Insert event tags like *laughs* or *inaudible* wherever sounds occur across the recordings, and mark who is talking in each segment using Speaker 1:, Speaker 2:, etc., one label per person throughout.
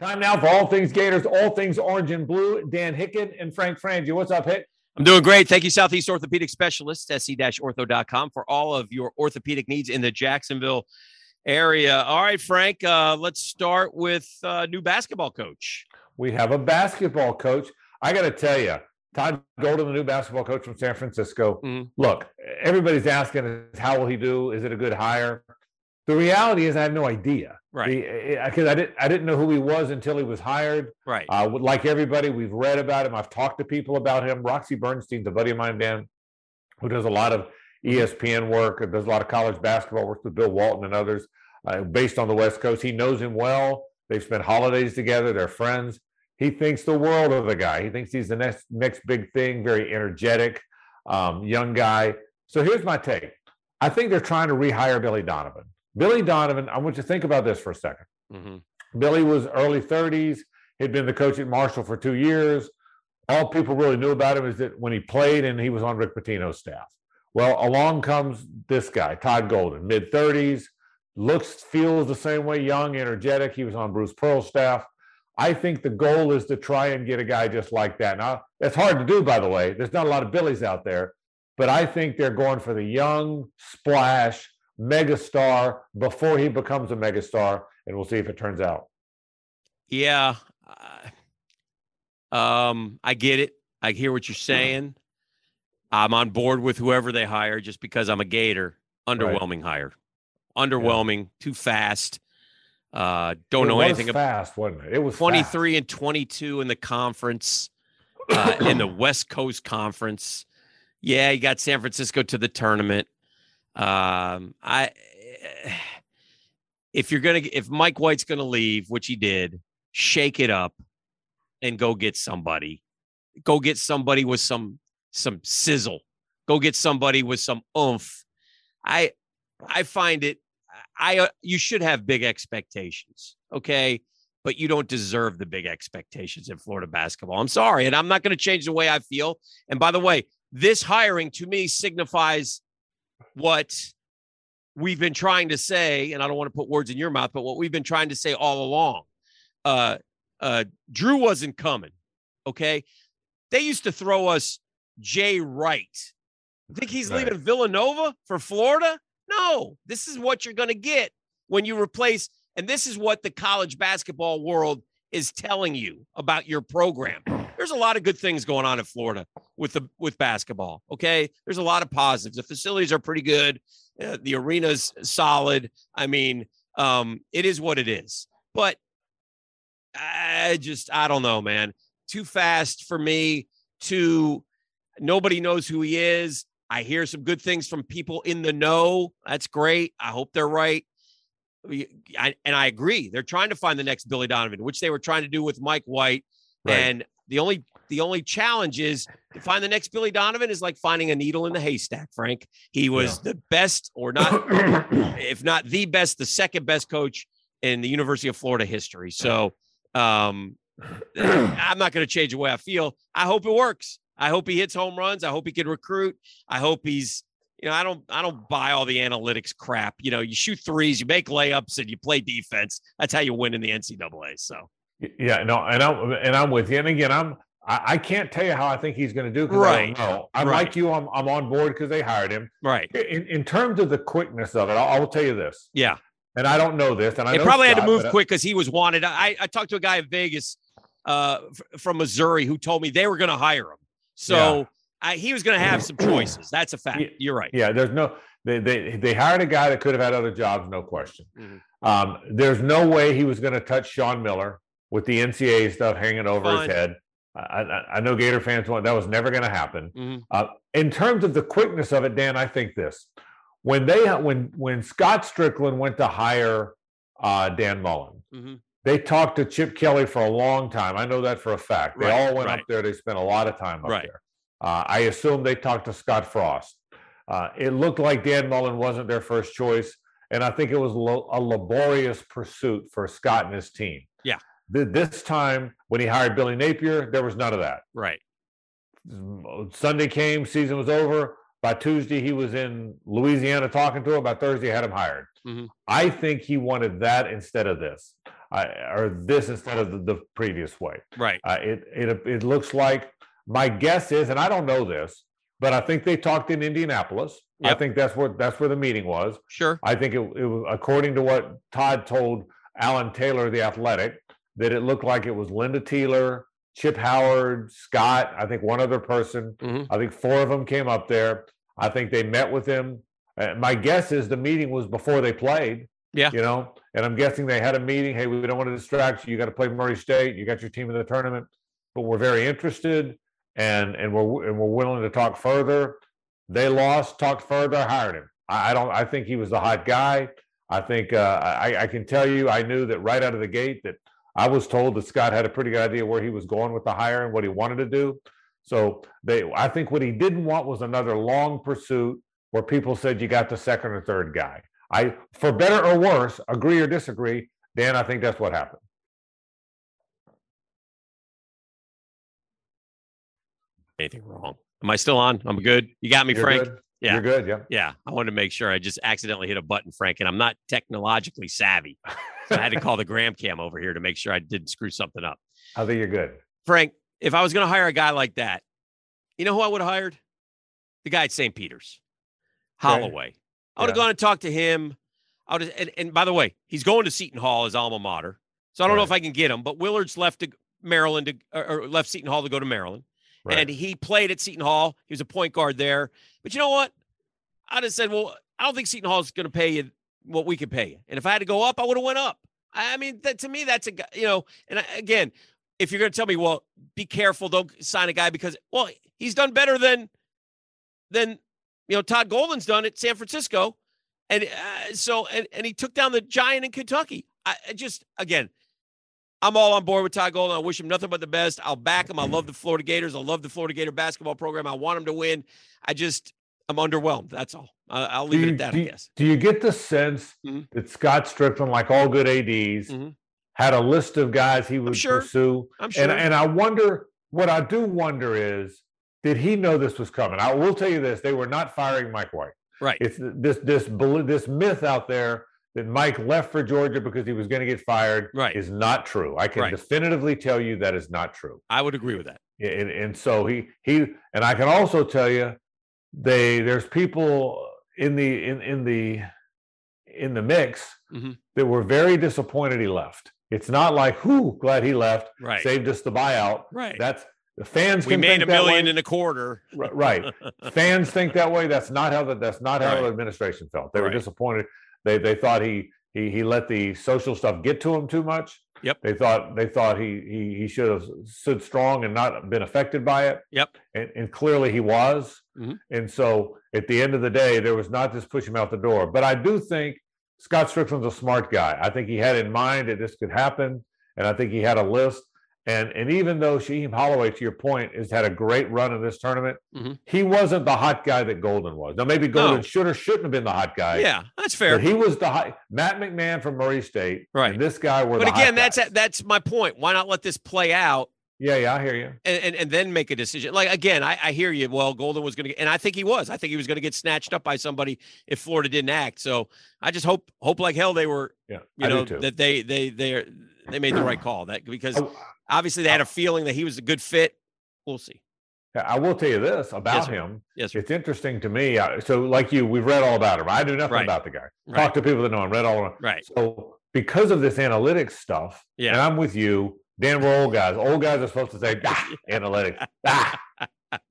Speaker 1: Time now for all things Gators, all things orange and blue. Dan Hicken and Frank Frangie. What's up, Hick?
Speaker 2: I'm doing great. Thank you, Southeast Orthopedic E Specialists, sc-ortho.com, for all of your orthopedic needs in the Jacksonville area. All right, Frank, uh, let's start with uh, new basketball coach.
Speaker 1: We have a basketball coach. I got to tell you, Todd Golden, the new basketball coach from San Francisco.
Speaker 2: Mhm.
Speaker 1: Look, everybody's asking us, how will he do? Is it a good hire? The reality is, I have no idea.
Speaker 2: Right,
Speaker 1: Because I, didn't, I didn't know who he was until he was hired.
Speaker 2: right.
Speaker 1: Uh, would- like everybody, we've read about him. I've talked to people about him. Roxy Bernstein's a buddy of mine, Dan, who does a lot of E ESPN work and does a lot of college basketball, works with Bill Walton and others uh, based on the West Coast. He knows him well. They've spent holidays together. They're friends. He thinks the world of the guy. He thinks he's the next next big thing. Very energetic, um, young guy. So here's my take. I think they're trying to rehire Billy Donovan. Billy Donovan. I want you to think about this for a second.
Speaker 2: hmm
Speaker 1: Billy was early 30s. He'd been the coach at Marshall for two years. All people really knew about him is that when he played and he was on Rick Pitino's staff. Well, along comes this guy, Todd Golden, mid 30s, looks, feels the same way, young, energetic. He was on Bruce Pearl's staff. I think the goal is to try and get a guy just like that. Now, that's hard to do, by the way. There's not a lot of Billies out there, but I think they're going for the young splash megastar before he becomes a megastar, and we'll see if it turns out.
Speaker 2: Yeah. uh, Um, I get it. I hear what you're saying. I'm on board with whoever they hire just because I'm a Gator. Underwhelming hire. Underwhelming, too fast. Uh, don't
Speaker 1: It
Speaker 2: know
Speaker 1: was
Speaker 2: anything about
Speaker 1: Fast, wasn't it? It was fast.
Speaker 2: 23 and 22 in the conference, uh,
Speaker 1: *coughs*
Speaker 2: in the West Coast Conference. Yeah, you got San Francisco to the tournament. Um, I if you're gonna if Mike White's gonna leave, which he did, shake it up and go get somebody. Go get somebody with some some sizzle. Go get somebody with some oomph. I I find it I uh, you should have big expectations, okay? But you don't deserve the big expectations in Florida basketball. I'm sorry, and I'm not going to change the way I feel. And by the way, this hiring to me signifies what we've been trying to say, and I don't want to put words in your mouth, but what we've been trying to say all along. Uh, uh, Drew wasn't coming. Okay. They used to throw us Jay Wright. You think he's
Speaker 1: Right.
Speaker 2: leaving Villanova for Florida? No, this is what you're going to get when you replace, and this is what the college basketball world is telling you about your program. There's a lot of good things going on in Florida with the with basketball. Okay, there's a lot of positives. The facilities are pretty good. Uh, the arena's solid. I mean, um, it is what it is. But I just I don't know, man. Too fast for me. Too nobody knows who he is. I hear some good things from people in the know. That's great. I hope they're right. We- I- and I agree. They're trying to find the next Billy Donovan, which they were trying to do with Mike White.
Speaker 1: Right.
Speaker 2: And the only the only challenge is to find the next Billy Donovan is like finding a needle in the haystack. Frank, he was the best, or not,
Speaker 1: *coughs*
Speaker 2: if not the best, the second best coach in the University of Florida history. So um, I'm not going to change the way I feel. I hope it works. I hope he hits home runs. I hope he can recruit. I hope he's, you know, I don't, I don't buy all the analytics crap. You know, you shoot threes, you make layups, and you play defense. That's how you win in the NCAA. So
Speaker 1: yeah, no, and I'm and I'm with you. And again, I'm I, I can't tell you how I think he's going to do. 'cause I don't
Speaker 2: Right.
Speaker 1: know. I'm
Speaker 2: Right.
Speaker 1: like you. I'm I'm on board because they hired him.
Speaker 2: right,
Speaker 1: In in terms of the quickness of it, I'll, I'll tell you this,
Speaker 2: yeah,
Speaker 1: and I don't know this, and I
Speaker 2: they
Speaker 1: know
Speaker 2: probably had to
Speaker 1: Scott,
Speaker 2: move
Speaker 1: but uh, I-
Speaker 2: quick because he was wanted. I, I talked to a guy in Vegas uh, f- from Missouri who told me they were going to hire him. So I, he was going to have some choices. That's a fact.
Speaker 1: Yeah.
Speaker 2: You're right.
Speaker 1: Yeah, there's no they they they hired a guy that could have had other jobs, no question.
Speaker 2: Mhm.
Speaker 1: Um, there's no way he was going to touch Sean Miller with the NCAA stuff hanging over
Speaker 2: Fine.
Speaker 1: his head. I, I, I know Gator fans want that was never going to happen.
Speaker 2: Mhm.
Speaker 1: Uh, in terms of the quickness of it, Dan, I think this: when they when when Scott Strickland went to hire uh, Dan Mullen,
Speaker 2: Mhm.
Speaker 1: they talked to Chip Kelly for a long time. I know that for a fact. They
Speaker 2: Right,
Speaker 1: all went
Speaker 2: right.
Speaker 1: up there. They spent a lot of time up
Speaker 2: Right.
Speaker 1: there. Uh, I assume they talked to Scott Frost. Uh, it looked like Dan Mullen wasn't their first choice, and I think it was lo- a laborious pursuit for Scott and his team.
Speaker 2: Yeah.
Speaker 1: Th- this time, when he hired Billy Napier, there was none of that.
Speaker 2: Right.
Speaker 1: Sunday came, season was over. By Tuesday, he was in Louisiana talking to him. By Thursday, had him hired.
Speaker 2: Mhm.
Speaker 1: I think he wanted that instead of this. I, or this instead of the, the previous way.
Speaker 2: Right.
Speaker 1: Uh, it it it looks like my guess is, and I don't know this, but I think they talked in Indianapolis.
Speaker 2: Yep.
Speaker 1: I think that's where that's where the meeting was.
Speaker 2: Sure.
Speaker 1: I think it, it was according to what Todd told Alan Taylor, the athletic, that it looked like it was Linda Teeler, Chip Howard, Scott, I think one other person.
Speaker 2: Mhm.
Speaker 1: I think four of them came up there. I think they met with him. Uh, my guess is the meeting was before they played.
Speaker 2: Yeah.
Speaker 1: You know, and I'm guessing they had a meeting. Hey, we don't want to distract you. You got to play Murray State. You got your team in the tournament, but we're very interested and and we're and we're willing to talk further. They lost, talked further, hired him. I, I don't. I think he was the hot guy. I think uh, I, I can tell you. I knew that right out of the gate that I was told that Scott had a pretty good idea where he was going with the hire and what he wanted to do. So they, I think what he didn't want was another long pursuit where people said you got the second or third guy. I, for better or worse, agree or disagree, Dan. I think that's what happened.
Speaker 2: Anything wrong? Am I still on? I'm good. You got me,
Speaker 1: You're
Speaker 2: Frank.
Speaker 1: good?
Speaker 2: Yeah.
Speaker 1: You're good. Yeah.
Speaker 2: Yeah, I wanted to make sure I just accidentally hit a button, Frank, and I'm not technologically savvy. So I had to call the gram cam over here to make sure I didn't screw something up.
Speaker 1: *laughs* I think you're good.
Speaker 2: Frank, if I was going to hire a guy like that, you know who I would have hired? The guy at St. Peter's,
Speaker 1: Okay.
Speaker 2: Holloway. I would have
Speaker 1: Yeah.
Speaker 2: gone and talked to him. I would, and, and by the way, he's going to Seton Hall, his alma mater. So I don't know if I can get him, but Willard's left to Maryland to, or, or left Seton Hall to go to Maryland.
Speaker 1: Right.
Speaker 2: And he played at Seton Hall. He was a point guard there. But you know what? I'd have said, well, I don't think Seton Hall is going to pay you what we could pay you. And if I had to go up, I would have went up. I I mean, that, to me, that's a guy, you know, and I, again, if you're going to tell me, well, be careful, don't sign a guy because, well, he's done better than, than, you know, Todd Golden's done at San Francisco. And uh, so, and, and he took down the giant in Kentucky. I, I just, again, I'm all on board with Todd Golden. I wish him nothing but the best. I'll back him. I love the Florida Gators. I love the Florida Gator basketball program. I want him to win. I just, I'm underwhelmed. That's all. I, I'll leave it
Speaker 1: you-
Speaker 2: at that, I
Speaker 1: you-
Speaker 2: guess.
Speaker 1: Do you get the sense
Speaker 2: Mhm.
Speaker 1: that Scott Strickland, like all good ADs,
Speaker 2: Mhm.
Speaker 1: had a list of guys he would
Speaker 2: sure.
Speaker 1: pursue?
Speaker 2: I'm sure.
Speaker 1: And and I wonder what I do wonder is did he know this was coming? I will tell you this: they were not firing Mike White.
Speaker 2: right.
Speaker 1: It's this this bel- this myth out there that Mike left for Georgia because he was going to get fired
Speaker 2: Right.
Speaker 1: is not true. I can
Speaker 2: Right.
Speaker 1: definitively tell you that is not true.
Speaker 2: I would agree with that.
Speaker 1: Yeah, and, and so he he and I can also tell you they there's people in the in in the in the mix
Speaker 2: Mhm.
Speaker 1: that were very disappointed he left. It's not like whoo glad he left
Speaker 2: Right.
Speaker 1: saved us the buyout.
Speaker 2: right.
Speaker 1: That's the fans
Speaker 2: we
Speaker 1: can
Speaker 2: made
Speaker 1: think
Speaker 2: a
Speaker 1: that
Speaker 2: million *laughs*
Speaker 1: way.
Speaker 2: and a quarter.
Speaker 1: Ri- right. fans think that way. That's not how the that's not how
Speaker 2: Right.
Speaker 1: the administration felt. They
Speaker 2: Right.
Speaker 1: were disappointed. They they thought he he he let the social stuff get to him too much.
Speaker 2: Yep.
Speaker 1: They thought they thought he he he should have stood strong and not been affected by it.
Speaker 2: Yep.
Speaker 1: And and clearly he was.
Speaker 2: Mhm.
Speaker 1: And so at the end of the day, there was not this push him out the door. But I do think Scott Strickland's a smart guy. I think he had in mind that this could happen, and I think he had a list. And and even though Shaheem Holloway, to your point, has had a great run in this tournament,
Speaker 2: Mhm.
Speaker 1: he wasn't the hot guy that Golden was. Now maybe Golden
Speaker 2: No.
Speaker 1: should or shouldn't have been the hot guy.
Speaker 2: yeah, that's
Speaker 1: But
Speaker 2: fair.
Speaker 1: he was the hot Matt McMahon from Murray State.
Speaker 2: Right.
Speaker 1: And this guy were
Speaker 2: But
Speaker 1: the hot
Speaker 2: again, that's
Speaker 1: guys.
Speaker 2: that's my point. Why not let this play out
Speaker 1: yeah, yeah, I hear you.
Speaker 2: and, and, and then make a decision? Like again, I, I hear you. Well, Golden was going to, and I think he was. I think he was going to get snatched up by somebody if Florida didn't act. So I just hope hope like hell they were,
Speaker 1: Yeah,
Speaker 2: you
Speaker 1: I
Speaker 2: know,
Speaker 1: do too.
Speaker 2: that they they they they made the right call. That because
Speaker 1: I-
Speaker 2: obviously they had a feeling that he was a good fit. We'll see.
Speaker 1: Yeah, I will tell you this about
Speaker 2: sir.
Speaker 1: him.
Speaker 2: Yes, sir.
Speaker 1: It's interesting to me. I- So, like you, we've read all about him. I knew nothing
Speaker 2: Right.
Speaker 1: about the guy.
Speaker 2: Right.
Speaker 1: Talked to people that know him, read all about him.
Speaker 2: Right.
Speaker 1: So, because of this analytics stuff,
Speaker 2: Yeah.
Speaker 1: and I'm with you, Dan, we're old guys. Old guys are supposed to say,
Speaker 2: *laughs*
Speaker 1: ah, analytics, ah,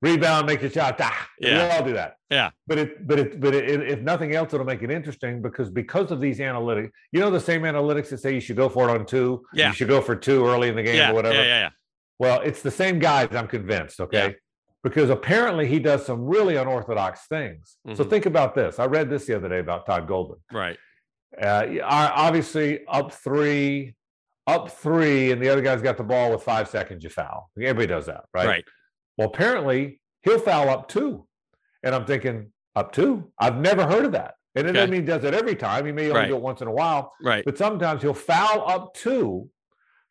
Speaker 1: rebound, make your shot, ah.
Speaker 2: Yeah.
Speaker 1: We all do that.
Speaker 2: Yeah.
Speaker 1: But it, but it, but it, if nothing else, it'll make it interesting because because of these analytics, you know, the same analytics that say you should go for it on two,
Speaker 2: Yeah.
Speaker 1: you should go for two early in the game
Speaker 2: Yeah,
Speaker 1: or
Speaker 2: yeah,
Speaker 1: whatever.
Speaker 2: yeah, yeah.
Speaker 1: Well, it's the same guys, I'm convinced, okay? Because apparently he does some really unorthodox things. So
Speaker 2: Mhm.
Speaker 1: think about this. I read this the other day about Todd Golden.
Speaker 2: Right.
Speaker 1: Uh, y- I- obviously, up three, up three, and the other guy's got the ball with five seconds, you foul. Everybody does that, right?
Speaker 2: Right.
Speaker 1: Well, apparently he'll foul up two. And I'm thinking, up two? I've never heard of that. And it
Speaker 2: Okay.
Speaker 1: doesn't mean he does it every time. He may only
Speaker 2: Right.
Speaker 1: do it once in a while.
Speaker 2: Right.
Speaker 1: But sometimes he'll foul up two,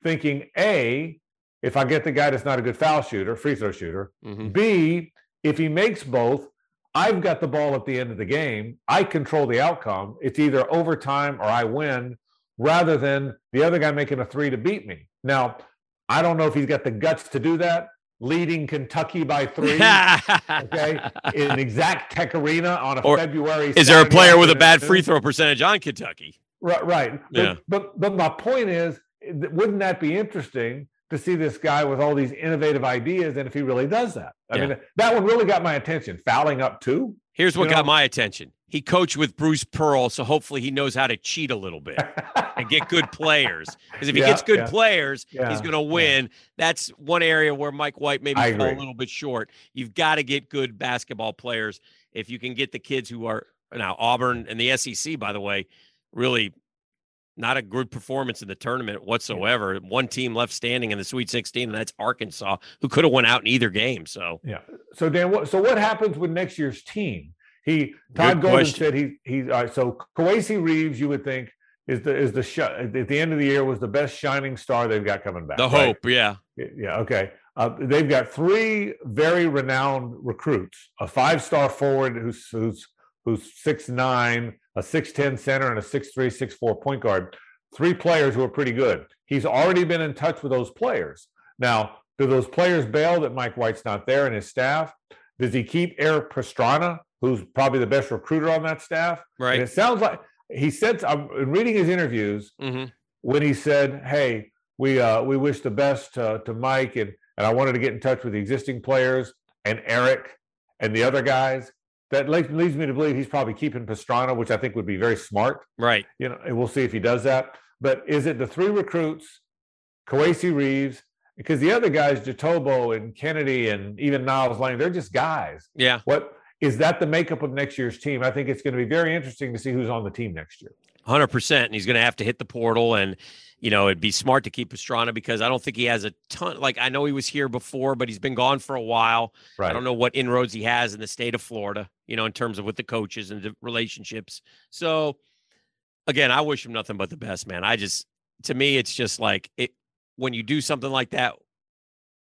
Speaker 1: thinking A, if I get the guy that's not a good foul shooter, free throw shooter,
Speaker 2: Mhm.
Speaker 1: B, if he makes both, I've got the ball at the end of the game. I control the outcome. It's either overtime or I win, rather than the other guy making a three to beat me. Now, I don't know if he's got the guts to do that, leading Kentucky by
Speaker 2: *laughs*
Speaker 1: three. okay, in an exact tech arena on a
Speaker 2: Or
Speaker 1: February.
Speaker 2: Is there a
Speaker 1: Saturday
Speaker 2: player with a bad
Speaker 1: afternoon.
Speaker 2: free throw percentage on Kentucky?
Speaker 1: Right, right. But,
Speaker 2: Yeah.
Speaker 1: but but my point is, th- wouldn't that be interesting to see this guy with all these innovative ideas? And if he really does that, I
Speaker 2: Yeah.
Speaker 1: mean, that one really got my attention. Fouling up two.
Speaker 2: Here's what
Speaker 1: You know-
Speaker 2: got my attention. He coached with Bruce Pearl, so hopefully he knows how to cheat a little bit and get good players. Because if he
Speaker 1: Yeah,
Speaker 2: gets good
Speaker 1: yeah.
Speaker 2: players,
Speaker 1: *laughs* Yeah,
Speaker 2: he's going to win. That's one area where Mike White maybe
Speaker 1: I
Speaker 2: fell a
Speaker 1: agree.
Speaker 2: little bit short. You've got to get good basketball players. If you can get the kids who are now Auburn and the SEC, by the way, really not a good performance in the tournament whatsoever. One team left standing in the Sweet 16, and that's Arkansas, who could have went out in either game. So
Speaker 1: So Dan, what, so what happens with next year's team? He Todd
Speaker 2: Good
Speaker 1: Golden
Speaker 2: question.
Speaker 1: said he he. All right, so Kawasi Reeves, you would think is the is the sh- at the end of the year was the best shining star they've got coming back.
Speaker 2: the
Speaker 1: right?
Speaker 2: hope, yeah.
Speaker 1: Yeah, okay. Uh, they've got three very renowned recruits: a five-star forward who's who's who's six nine, a six ten center, and a six three, six four point guard. Three players who are pretty good. He's already been in touch with those players. Now, do those players bail that Mike White's not there and his staff? Does he keep Eric Pastrana, who's probably the best recruiter on that staff? And
Speaker 2: Right.
Speaker 1: it sounds like he said. I'm reading his interviews
Speaker 2: hmm
Speaker 1: when he said, "Hey, we uh, we wish the best uh, to Mike, and and I wanted to get in touch with the existing players and Eric and the other guys." That le- leads me to believe he's probably keeping Pastrana, which I think would be very smart.
Speaker 2: Right.
Speaker 1: You know, and we'll see if he does that. But is it the three recruits, Kawasi Reeves? Because the other guys, Jatobo and Kennedy and even Niles Lang, they're just guys.
Speaker 2: Yeah.
Speaker 1: What is that the makeup of next year's team? I think it's going to be very interesting to see who's on the team next year.
Speaker 2: Hundred percent, and he's going to have to hit the portal, and you know it'd be smart to keep Pastrana because I don't think he has a ton. Like I know he was here before, but he's been gone for a while.
Speaker 1: Right.
Speaker 2: I don't know what inroads he has in the state of Florida, you know, in terms of with the coaches and the relationships. So, again, I wish him nothing but the best, man. I just, to me, it's just like it when you do something like that,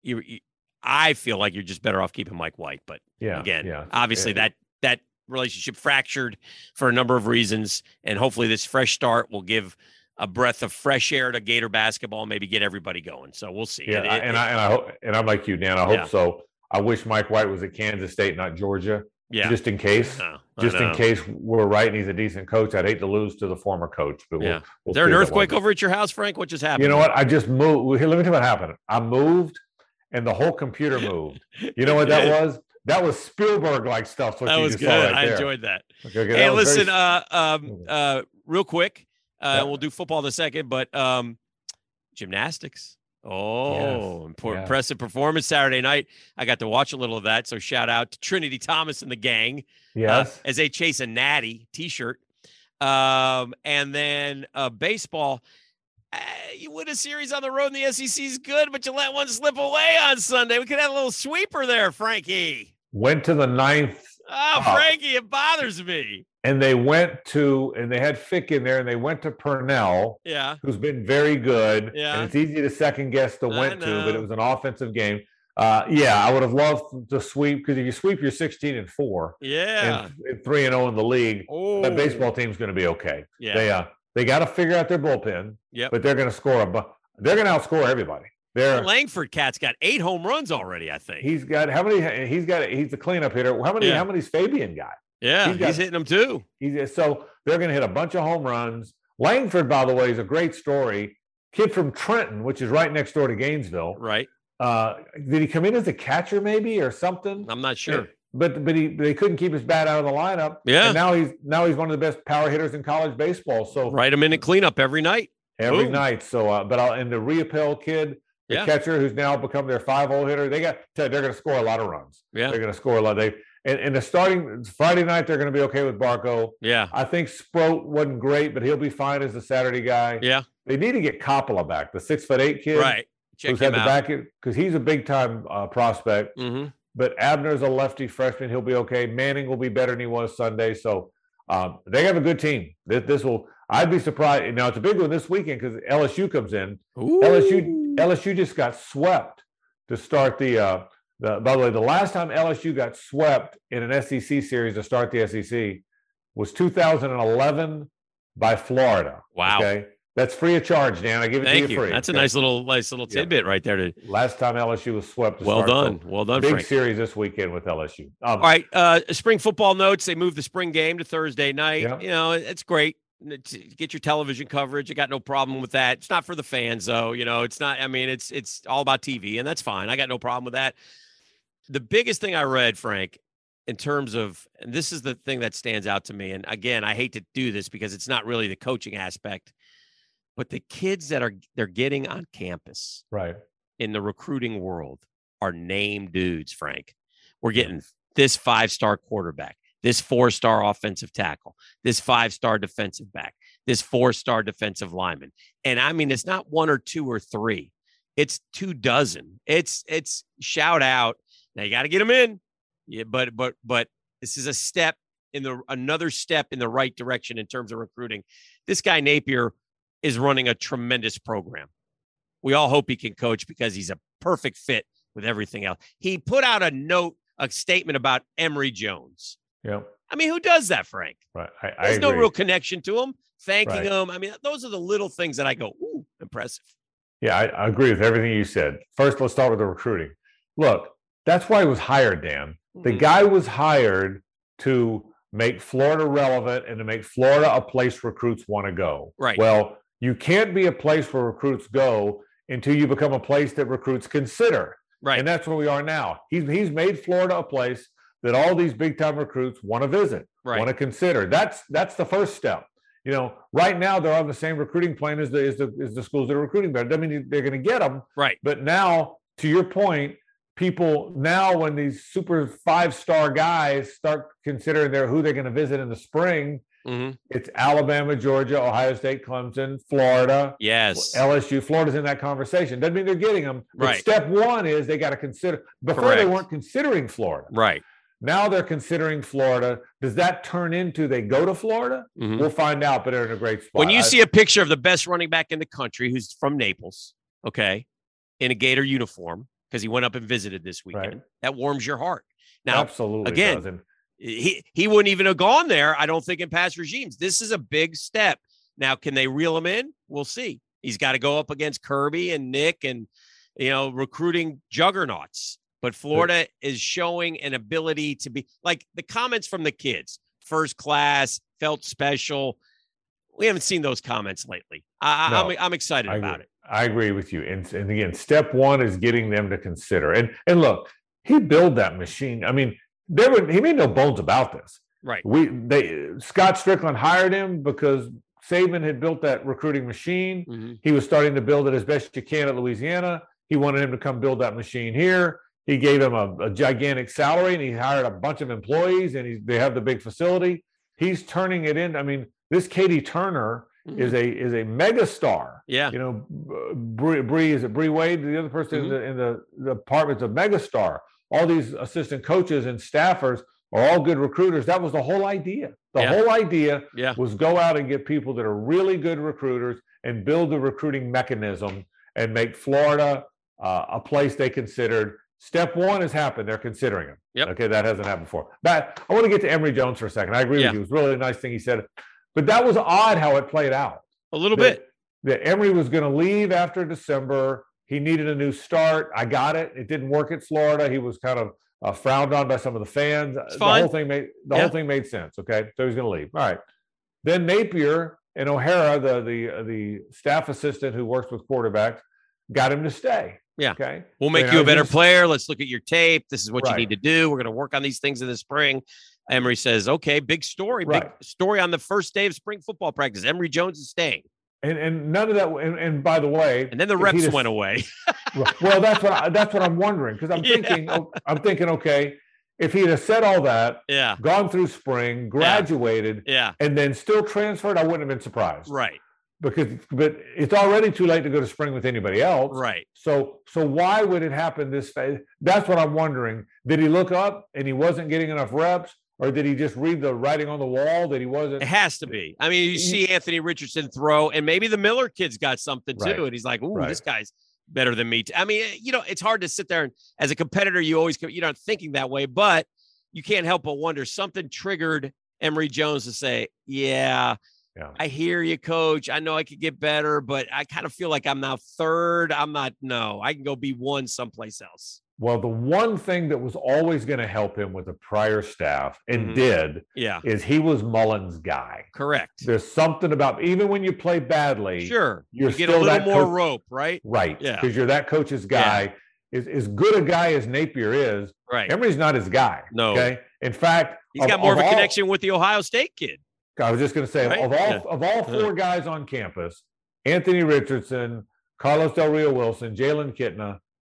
Speaker 2: you, you I feel like you're just better off keeping Mike White, but
Speaker 1: Yeah.
Speaker 2: again.
Speaker 1: Yeah.
Speaker 2: obviously
Speaker 1: Yeah.
Speaker 2: that that relationship fractured for a number of reasons and hopefully this fresh start will give a breath of fresh air to gator basketball maybe get everybody going so we'll see
Speaker 1: Yeah,
Speaker 2: It-
Speaker 1: I-
Speaker 2: it-
Speaker 1: and I and I hope and I'm like you, Dan. I hope
Speaker 2: Yeah.
Speaker 1: so. I wish Mike White was at Kansas State, not Georgia,
Speaker 2: yeah
Speaker 1: just in case.
Speaker 2: No, I
Speaker 1: Just in
Speaker 2: know.
Speaker 1: case we're right and he's a decent coach. I'd hate to lose to the former coach, but
Speaker 2: Yeah.
Speaker 1: we'll, we'll
Speaker 2: is there an
Speaker 1: see what
Speaker 2: earthquake
Speaker 1: happens.
Speaker 2: over at your house frank what just happened
Speaker 1: You know what? I just moved. well, Here, let me tell you what happened. I moved, and the whole computer moved. You know what that
Speaker 2: Yeah.
Speaker 1: was? That was Spielberg like stuff. What
Speaker 2: that
Speaker 1: you
Speaker 2: was
Speaker 1: just
Speaker 2: good
Speaker 1: saw right
Speaker 2: i
Speaker 1: there.
Speaker 2: enjoyed that
Speaker 1: Okay, okay,
Speaker 2: hey
Speaker 1: that was very s-
Speaker 2: listen uh
Speaker 1: *laughs*
Speaker 2: um uh real quick uh
Speaker 1: Yeah.
Speaker 2: we'll do football in a second but um gymnastics oh impor-
Speaker 1: yeah.
Speaker 2: impressive performance saturday night i got to watch a little of that so shout out to trinity thomas and the gang uh,
Speaker 1: yes.
Speaker 2: as they chase a natty t-shirt um and then uh baseball uh, you win a series on the road in the SEC is good, but you let one slip away on Sunday. We could have a little sweeper there, Frankie.
Speaker 1: Went to the ninth
Speaker 2: Oh,
Speaker 1: Oh.
Speaker 2: Frankie, it bothers me.
Speaker 1: and they went to and they had Fick in there and they went to Purnell.
Speaker 2: Yeah.
Speaker 1: who's been very good.
Speaker 2: Yeah.
Speaker 1: And it's easy to second guess the
Speaker 2: I
Speaker 1: went to, but
Speaker 2: know.
Speaker 1: it was an offensive game. Uh, yeah, I would have loved to sweep because if you sweep, you're 16 and four
Speaker 2: Yeah.
Speaker 1: and, and three and zero in the league.
Speaker 2: oh,
Speaker 1: That baseball team's going to be okay.
Speaker 2: Yeah.
Speaker 1: They uh, they got to figure out their bullpen.
Speaker 2: Yep.
Speaker 1: But they're going to score a. Bu- they're going to outscore everybody. They're
Speaker 2: Langford cat's got eight home runs already, I think.
Speaker 1: he's got how many? He's got he's the cleanup hitter. How many?
Speaker 2: Yeah.
Speaker 1: How many's Fabian got?
Speaker 2: yeah. He's,
Speaker 1: he's got-
Speaker 2: hitting them too.
Speaker 1: He's so they're going to hit a bunch of home runs. Langford, by the way, is a great story. Kid from Trenton, which is right next door to Gainesville.
Speaker 2: Right.
Speaker 1: uh, did he come in as a catcher maybe or something?
Speaker 2: I'm not sure.
Speaker 1: But but he they couldn't keep his bat out of the lineup.
Speaker 2: Yeah.
Speaker 1: And now he's now he's one of the best power hitters in college baseball. So
Speaker 2: Write him in at cleanup every night.
Speaker 1: every
Speaker 2: Boom.
Speaker 1: night. So uh, but I'll and the Reapel kid, the
Speaker 2: Yeah.
Speaker 1: catcher who's now become their five hole hitter, they got they're gonna score a lot of runs.
Speaker 2: Yeah.
Speaker 1: They're gonna score a lot. They and, and the starting Friday night they're gonna be okay with Barco.
Speaker 2: Yeah.
Speaker 1: I think Sproat wasn't great, but he'll be fine as the Saturday guy.
Speaker 2: Yeah.
Speaker 1: They need to get Coppola back, the six foot eight kid.
Speaker 2: Right. Check
Speaker 1: who's
Speaker 2: him
Speaker 1: had the back
Speaker 2: out.
Speaker 1: because he's a big time uh, prospect.
Speaker 2: hmm
Speaker 1: But Abner's a lefty freshman; he'll be okay. Manning will be better than he was Sunday. So um, they have a good team. This, this will. I'd be surprised. Now it's a big one this weekend because LSU comes in. LSU LSU just got swept to start the. Uh, the, by the way, the last time LSU got swept in an SEC series to start the SEC was 2011 by Florida.
Speaker 2: Wow.
Speaker 1: Okay. That's free of charge, Dan. I give it
Speaker 2: Thank
Speaker 1: to you,
Speaker 2: you.
Speaker 1: free.
Speaker 2: That's a
Speaker 1: Yeah.
Speaker 2: nice little nice little
Speaker 1: Yeah.
Speaker 2: tidbit right there. To,
Speaker 1: Last time LSU was swept. to
Speaker 2: well
Speaker 1: start the
Speaker 2: done. Well done,
Speaker 1: Big
Speaker 2: Frank.
Speaker 1: series this weekend with LSU. Um,
Speaker 2: All right. Uh, spring football notes. They moved the spring game to Thursday night.
Speaker 1: Yeah.
Speaker 2: You know, it's great. It's- Get your television coverage. I got no problem with that. It's not for the fans, though. You know, it's not. I mean, it's it's all about TV, and that's fine. I got no problem with that. The biggest thing I read, Frank, in terms of, and this is the thing that stands out to me. And again, I hate to do this because it's not really the coaching aspect, but the kids that are they're getting on campus
Speaker 1: Right.
Speaker 2: in the recruiting world are name dudes, Frank. We're getting this five star quarterback, this four star offensive tackle, this five star defensive back, this four star defensive lineman. And I mean, it's not one or two or three, it's two dozen. It's, it's shout out. Now you got to get them in. Yeah, but, but, but this is a step in the, another step in the right direction in terms of recruiting. This guy Napier is running a tremendous program. We all hope he can coach because he's a perfect fit with everything else. He put out a note, a statement about Emory Jones.
Speaker 1: Yeah.
Speaker 2: I mean, who does that, Frank?
Speaker 1: Right. I, I
Speaker 2: There's no
Speaker 1: agree.
Speaker 2: real connection to him. Thanking
Speaker 1: Right.
Speaker 2: him. I mean, those are the little things that I go, ooh, impressive.
Speaker 1: Yeah, I, I agree with everything you said. First, let's start with the recruiting. Look, that's why he was hired, Dan. The
Speaker 2: Mhm.
Speaker 1: guy was hired to make Florida relevant and to make Florida a place recruits want to go.
Speaker 2: Right.
Speaker 1: Well, you can't be a place where recruits go until you become a place that recruits consider.
Speaker 2: Right.
Speaker 1: And that's where we are now. He's, he's made Florida a place that all these big time recruits want to visit
Speaker 2: right.
Speaker 1: want to consider. That's that's the first step. You know, right now they're on the same recruiting plan as the as the, as the schools that are recruiting better. Doesn't mean they're going to get them,
Speaker 2: right.
Speaker 1: but now to your point, people now when these super five star guys start considering their who they're going to visit in the spring,
Speaker 2: Mhm.
Speaker 1: it's Alabama, Georgia, Ohio State, Clemson, Florida.
Speaker 2: Yes.
Speaker 1: LSU, Florida's in that conversation. Doesn't mean they're getting them. But
Speaker 2: Right.
Speaker 1: step one is they got to consider. Before they
Speaker 2: Correct.
Speaker 1: weren't considering Florida.
Speaker 2: right.
Speaker 1: Now they're considering Florida. Does that turn into they go to Florida?
Speaker 2: Mhm.
Speaker 1: We'll find out, but they're in a great spot.
Speaker 2: When you
Speaker 1: I-
Speaker 2: see a picture of the best running back in the country who's from Naples, okay, in a Gator uniform, because he went up and visited this weekend,
Speaker 1: Right.
Speaker 2: that warms your heart. Now,
Speaker 1: absolutely
Speaker 2: again,
Speaker 1: does. And
Speaker 2: he he wouldn't even have gone there. I don't think in past regimes. This is a big step. Now, can they reel him in? We'll see. He's got to go up against Kirby and Nick and you know recruiting juggernauts. But Florida is showing an ability to be like the comments from the kids. First class felt special. We haven't seen those comments lately. I, I-
Speaker 1: No,
Speaker 2: I'm I'm excited
Speaker 1: I
Speaker 2: about
Speaker 1: agree. I agree with you. And, and again, step one is getting them to consider. And and look, he built that machine. I mean, there were he made no bones about this.
Speaker 2: it. Right.
Speaker 1: We they Scott Strickland hired him because Saban had built that recruiting machine.
Speaker 2: Mhm.
Speaker 1: He was starting to build it as best you can at Louisiana. He wanted him to come build that machine here. He gave him a, a gigantic salary and he hired a bunch of employees and he's, they have the big facility. He's turning it in. I mean, this Katie Turner
Speaker 2: Mm-hmm.
Speaker 1: is a is a megastar.
Speaker 2: Yeah.
Speaker 1: You know, Bree, Bree is it Bree Wade? The other person
Speaker 2: Mhm.
Speaker 1: in, the, in the, the department's a megastar. All these assistant coaches and staffers are all good recruiters. That was the whole idea. The
Speaker 2: Yeah.
Speaker 1: whole idea
Speaker 2: Yeah.
Speaker 1: was go out and get people that are really good recruiters and build the recruiting mechanism and make Florida uh, a place they considered. Step one has happened. They're considering him.
Speaker 2: Yep.
Speaker 1: Okay, that hasn't happened before. But I want to get to Emory Jones for a second. I agree
Speaker 2: Yeah.
Speaker 1: with you. It was really a nice thing he said. But that was odd how it played out.
Speaker 2: A little
Speaker 1: that,
Speaker 2: bit.
Speaker 1: That Emory was going to leave after December. He needed a new start. I got it. It didn't work at Florida. He was kind of uh, frowned on by some of the fans. the
Speaker 2: fine.
Speaker 1: whole thing made the
Speaker 2: Yeah.
Speaker 1: whole thing made sense. Okay, so he's going to leave. All right. Then Napier and O'Hara, the the uh, the staff assistant who works with quarterbacks, got him to stay.
Speaker 2: Yeah.
Speaker 1: Okay.
Speaker 2: We'll make
Speaker 1: mean,
Speaker 2: you
Speaker 1: I
Speaker 2: a better
Speaker 1: just-
Speaker 2: player. Let's look at your tape. This is what you
Speaker 1: Right.
Speaker 2: need to do. We're going to work on these things in the spring. Emory says, okay, big story. Big
Speaker 1: Right.
Speaker 2: story on the first day of spring football practice. Emory Jones is staying.
Speaker 1: And and none of that. And, and by the way,
Speaker 2: *laughs* And then the
Speaker 1: if
Speaker 2: reps
Speaker 1: he'd have-
Speaker 2: went away. *laughs*
Speaker 1: Right. well, that's what I, that's what I'm wondering because I'm
Speaker 2: Yeah.
Speaker 1: thinking oh, I'm thinking okay, if he'd have said all that,
Speaker 2: yeah.
Speaker 1: gone through spring, graduated,
Speaker 2: Yeah.
Speaker 1: and then still transferred, I wouldn't have been surprised.
Speaker 2: Right.
Speaker 1: Because but it's already too late to go to spring with anybody else.
Speaker 2: Right.
Speaker 1: So so why would it happen this fast? That's what I'm wondering. Did he look up and he wasn't getting enough reps, or did he just read the writing on the wall that he wasn't?
Speaker 2: It *laughs* has to be. I mean, you see Anthony Richardson throw, and maybe the Miller kid's got something
Speaker 1: Right.
Speaker 2: too. And he's like, ooh,
Speaker 1: Right.
Speaker 2: this guy's better than me. t- I mean, you know, it's hard to sit there and as a competitor, you always, you're not thinking that way, but you can't help but wonder something triggered Emory Jones to say, yeah,
Speaker 1: Yeah.
Speaker 2: I hear you, coach. I know I could get better, but I kind of feel like I'm now third. I'm not, no, I can go be one someplace else.
Speaker 1: Well, the one thing that was always going to help him with the prior staff and
Speaker 2: Mhm.
Speaker 1: did
Speaker 2: Yeah,
Speaker 1: is he was Mullen's guy.
Speaker 2: correct.
Speaker 1: There's something about even when you play badly,
Speaker 2: Sure.
Speaker 1: you're
Speaker 2: You get a
Speaker 1: still
Speaker 2: little
Speaker 1: that
Speaker 2: more
Speaker 1: coach-
Speaker 2: rope, right?
Speaker 1: right?
Speaker 2: Yeah.
Speaker 1: because you're that coach's guy. Is as good a guy as Napier is,
Speaker 2: Right.
Speaker 1: Emery's not his guy.
Speaker 2: No.
Speaker 1: Okay. In fact,
Speaker 2: Oh. He's got more of a
Speaker 1: all-
Speaker 2: connection with the Ohio State kid.
Speaker 1: I was just going to say,
Speaker 2: Right? Uh-huh.
Speaker 1: of all of all four guys on campus, Anthony Richardson, Carlos Del Rio Wilson, Jalen Kitna,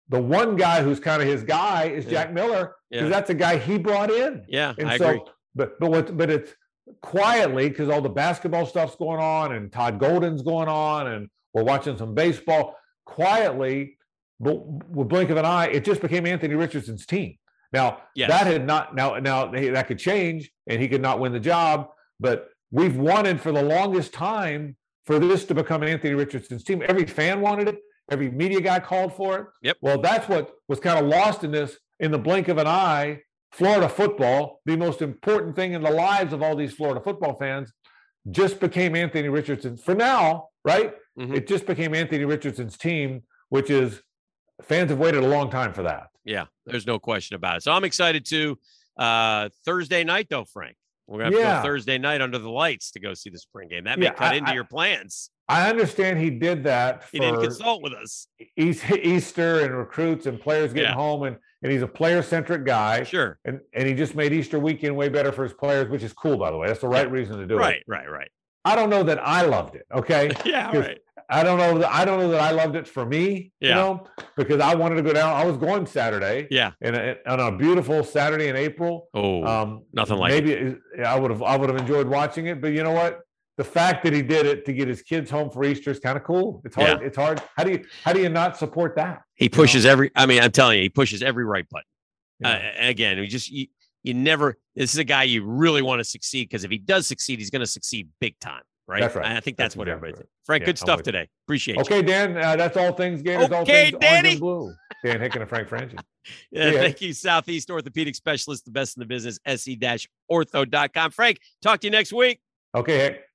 Speaker 1: the one guy who's kind of his guy is
Speaker 2: Yeah.
Speaker 1: Jack Miller because
Speaker 2: Yeah.
Speaker 1: that's a guy he brought in.
Speaker 2: Yeah,
Speaker 1: And
Speaker 2: I
Speaker 1: so,
Speaker 2: agree.
Speaker 1: but but what but it's quietly because all the basketball stuff's going on and Todd Golden's going on and we're watching some baseball quietly, but with blink of an eye, it just became Anthony Richardson's team. Now
Speaker 2: Yes.
Speaker 1: that had not now now hey, that could change and he could not win the job, but we've wanted for the longest time for this to become Anthony Richardson's team. Every fan wanted it. Every media guy called for it.
Speaker 2: Yep.
Speaker 1: Well, that's what was kind of lost in this in the blink of an eye. Florida football, the most important thing in the lives of all these Florida football fans, just became Anthony Richardson. For now, right?
Speaker 2: Mhm.
Speaker 1: It just became Anthony Richardson's team, which is fans have waited a long time for that.
Speaker 2: Yeah, there's no question about it. So I'm excited to uh, Thursday night, though, Frank. We're gonna have
Speaker 1: Yeah.
Speaker 2: to go Thursday night under the lights to go see the spring game. That may
Speaker 1: Yeah,
Speaker 2: cut
Speaker 1: I-
Speaker 2: into
Speaker 1: I-
Speaker 2: your plans.
Speaker 1: I understand he did that
Speaker 2: He didn't
Speaker 1: for
Speaker 2: consult with us.
Speaker 1: East, Easter and recruits and players getting
Speaker 2: Yeah.
Speaker 1: home, and, and he's a player centric guy.
Speaker 2: Sure.
Speaker 1: And, and he just made Easter weekend way better for his players, which is cool, by the way. That's the right reason to do it.
Speaker 2: Right,
Speaker 1: *laughs*
Speaker 2: right, right.
Speaker 1: I don't know that I loved it.
Speaker 2: *laughs*
Speaker 1: Okay.
Speaker 2: Yeah, all
Speaker 1: Because
Speaker 2: right.
Speaker 1: I don't know. That, I don't know that I loved it for me. You
Speaker 2: Yeah.
Speaker 1: know, because I wanted to go down. I was going Saturday,
Speaker 2: Yeah.
Speaker 1: and and on a beautiful Saturday in April.
Speaker 2: Oh,
Speaker 1: Um,
Speaker 2: nothing like
Speaker 1: maybe it- I would have. I would have enjoyed watching it. But you know what? The fact that he did it to get his kids home for Easter is kind of cool. It's hard. It's hard. How do you how do you not support that?
Speaker 2: he pushes every. I mean, I'm telling you, he pushes every right button.
Speaker 1: You know?
Speaker 2: Uh, and again, we just you, you never. This is a guy you really want to succeed because if he does succeed, he's going to succeed big time, right?
Speaker 1: That's right.
Speaker 2: And I think
Speaker 1: That's
Speaker 2: that's, what
Speaker 1: exactly
Speaker 2: everybody.
Speaker 1: right.
Speaker 2: thinks. Frank,
Speaker 1: Yeah,
Speaker 2: good
Speaker 1: I'm
Speaker 2: stuff
Speaker 1: with you.
Speaker 2: today. Appreciate you.
Speaker 1: okay, Dan. Uh, that's all things Gators. all
Speaker 2: Okay,
Speaker 1: things orange
Speaker 2: Danny.
Speaker 1: and blue. Dan Hicken and Frank Franchi. Yeah.
Speaker 2: Yeah, Uh, Thank you, Southeast Orthopedic E Specialist, the best in the business, se-ortho.com. Frank, talk to you next week.
Speaker 1: Okay, Hick.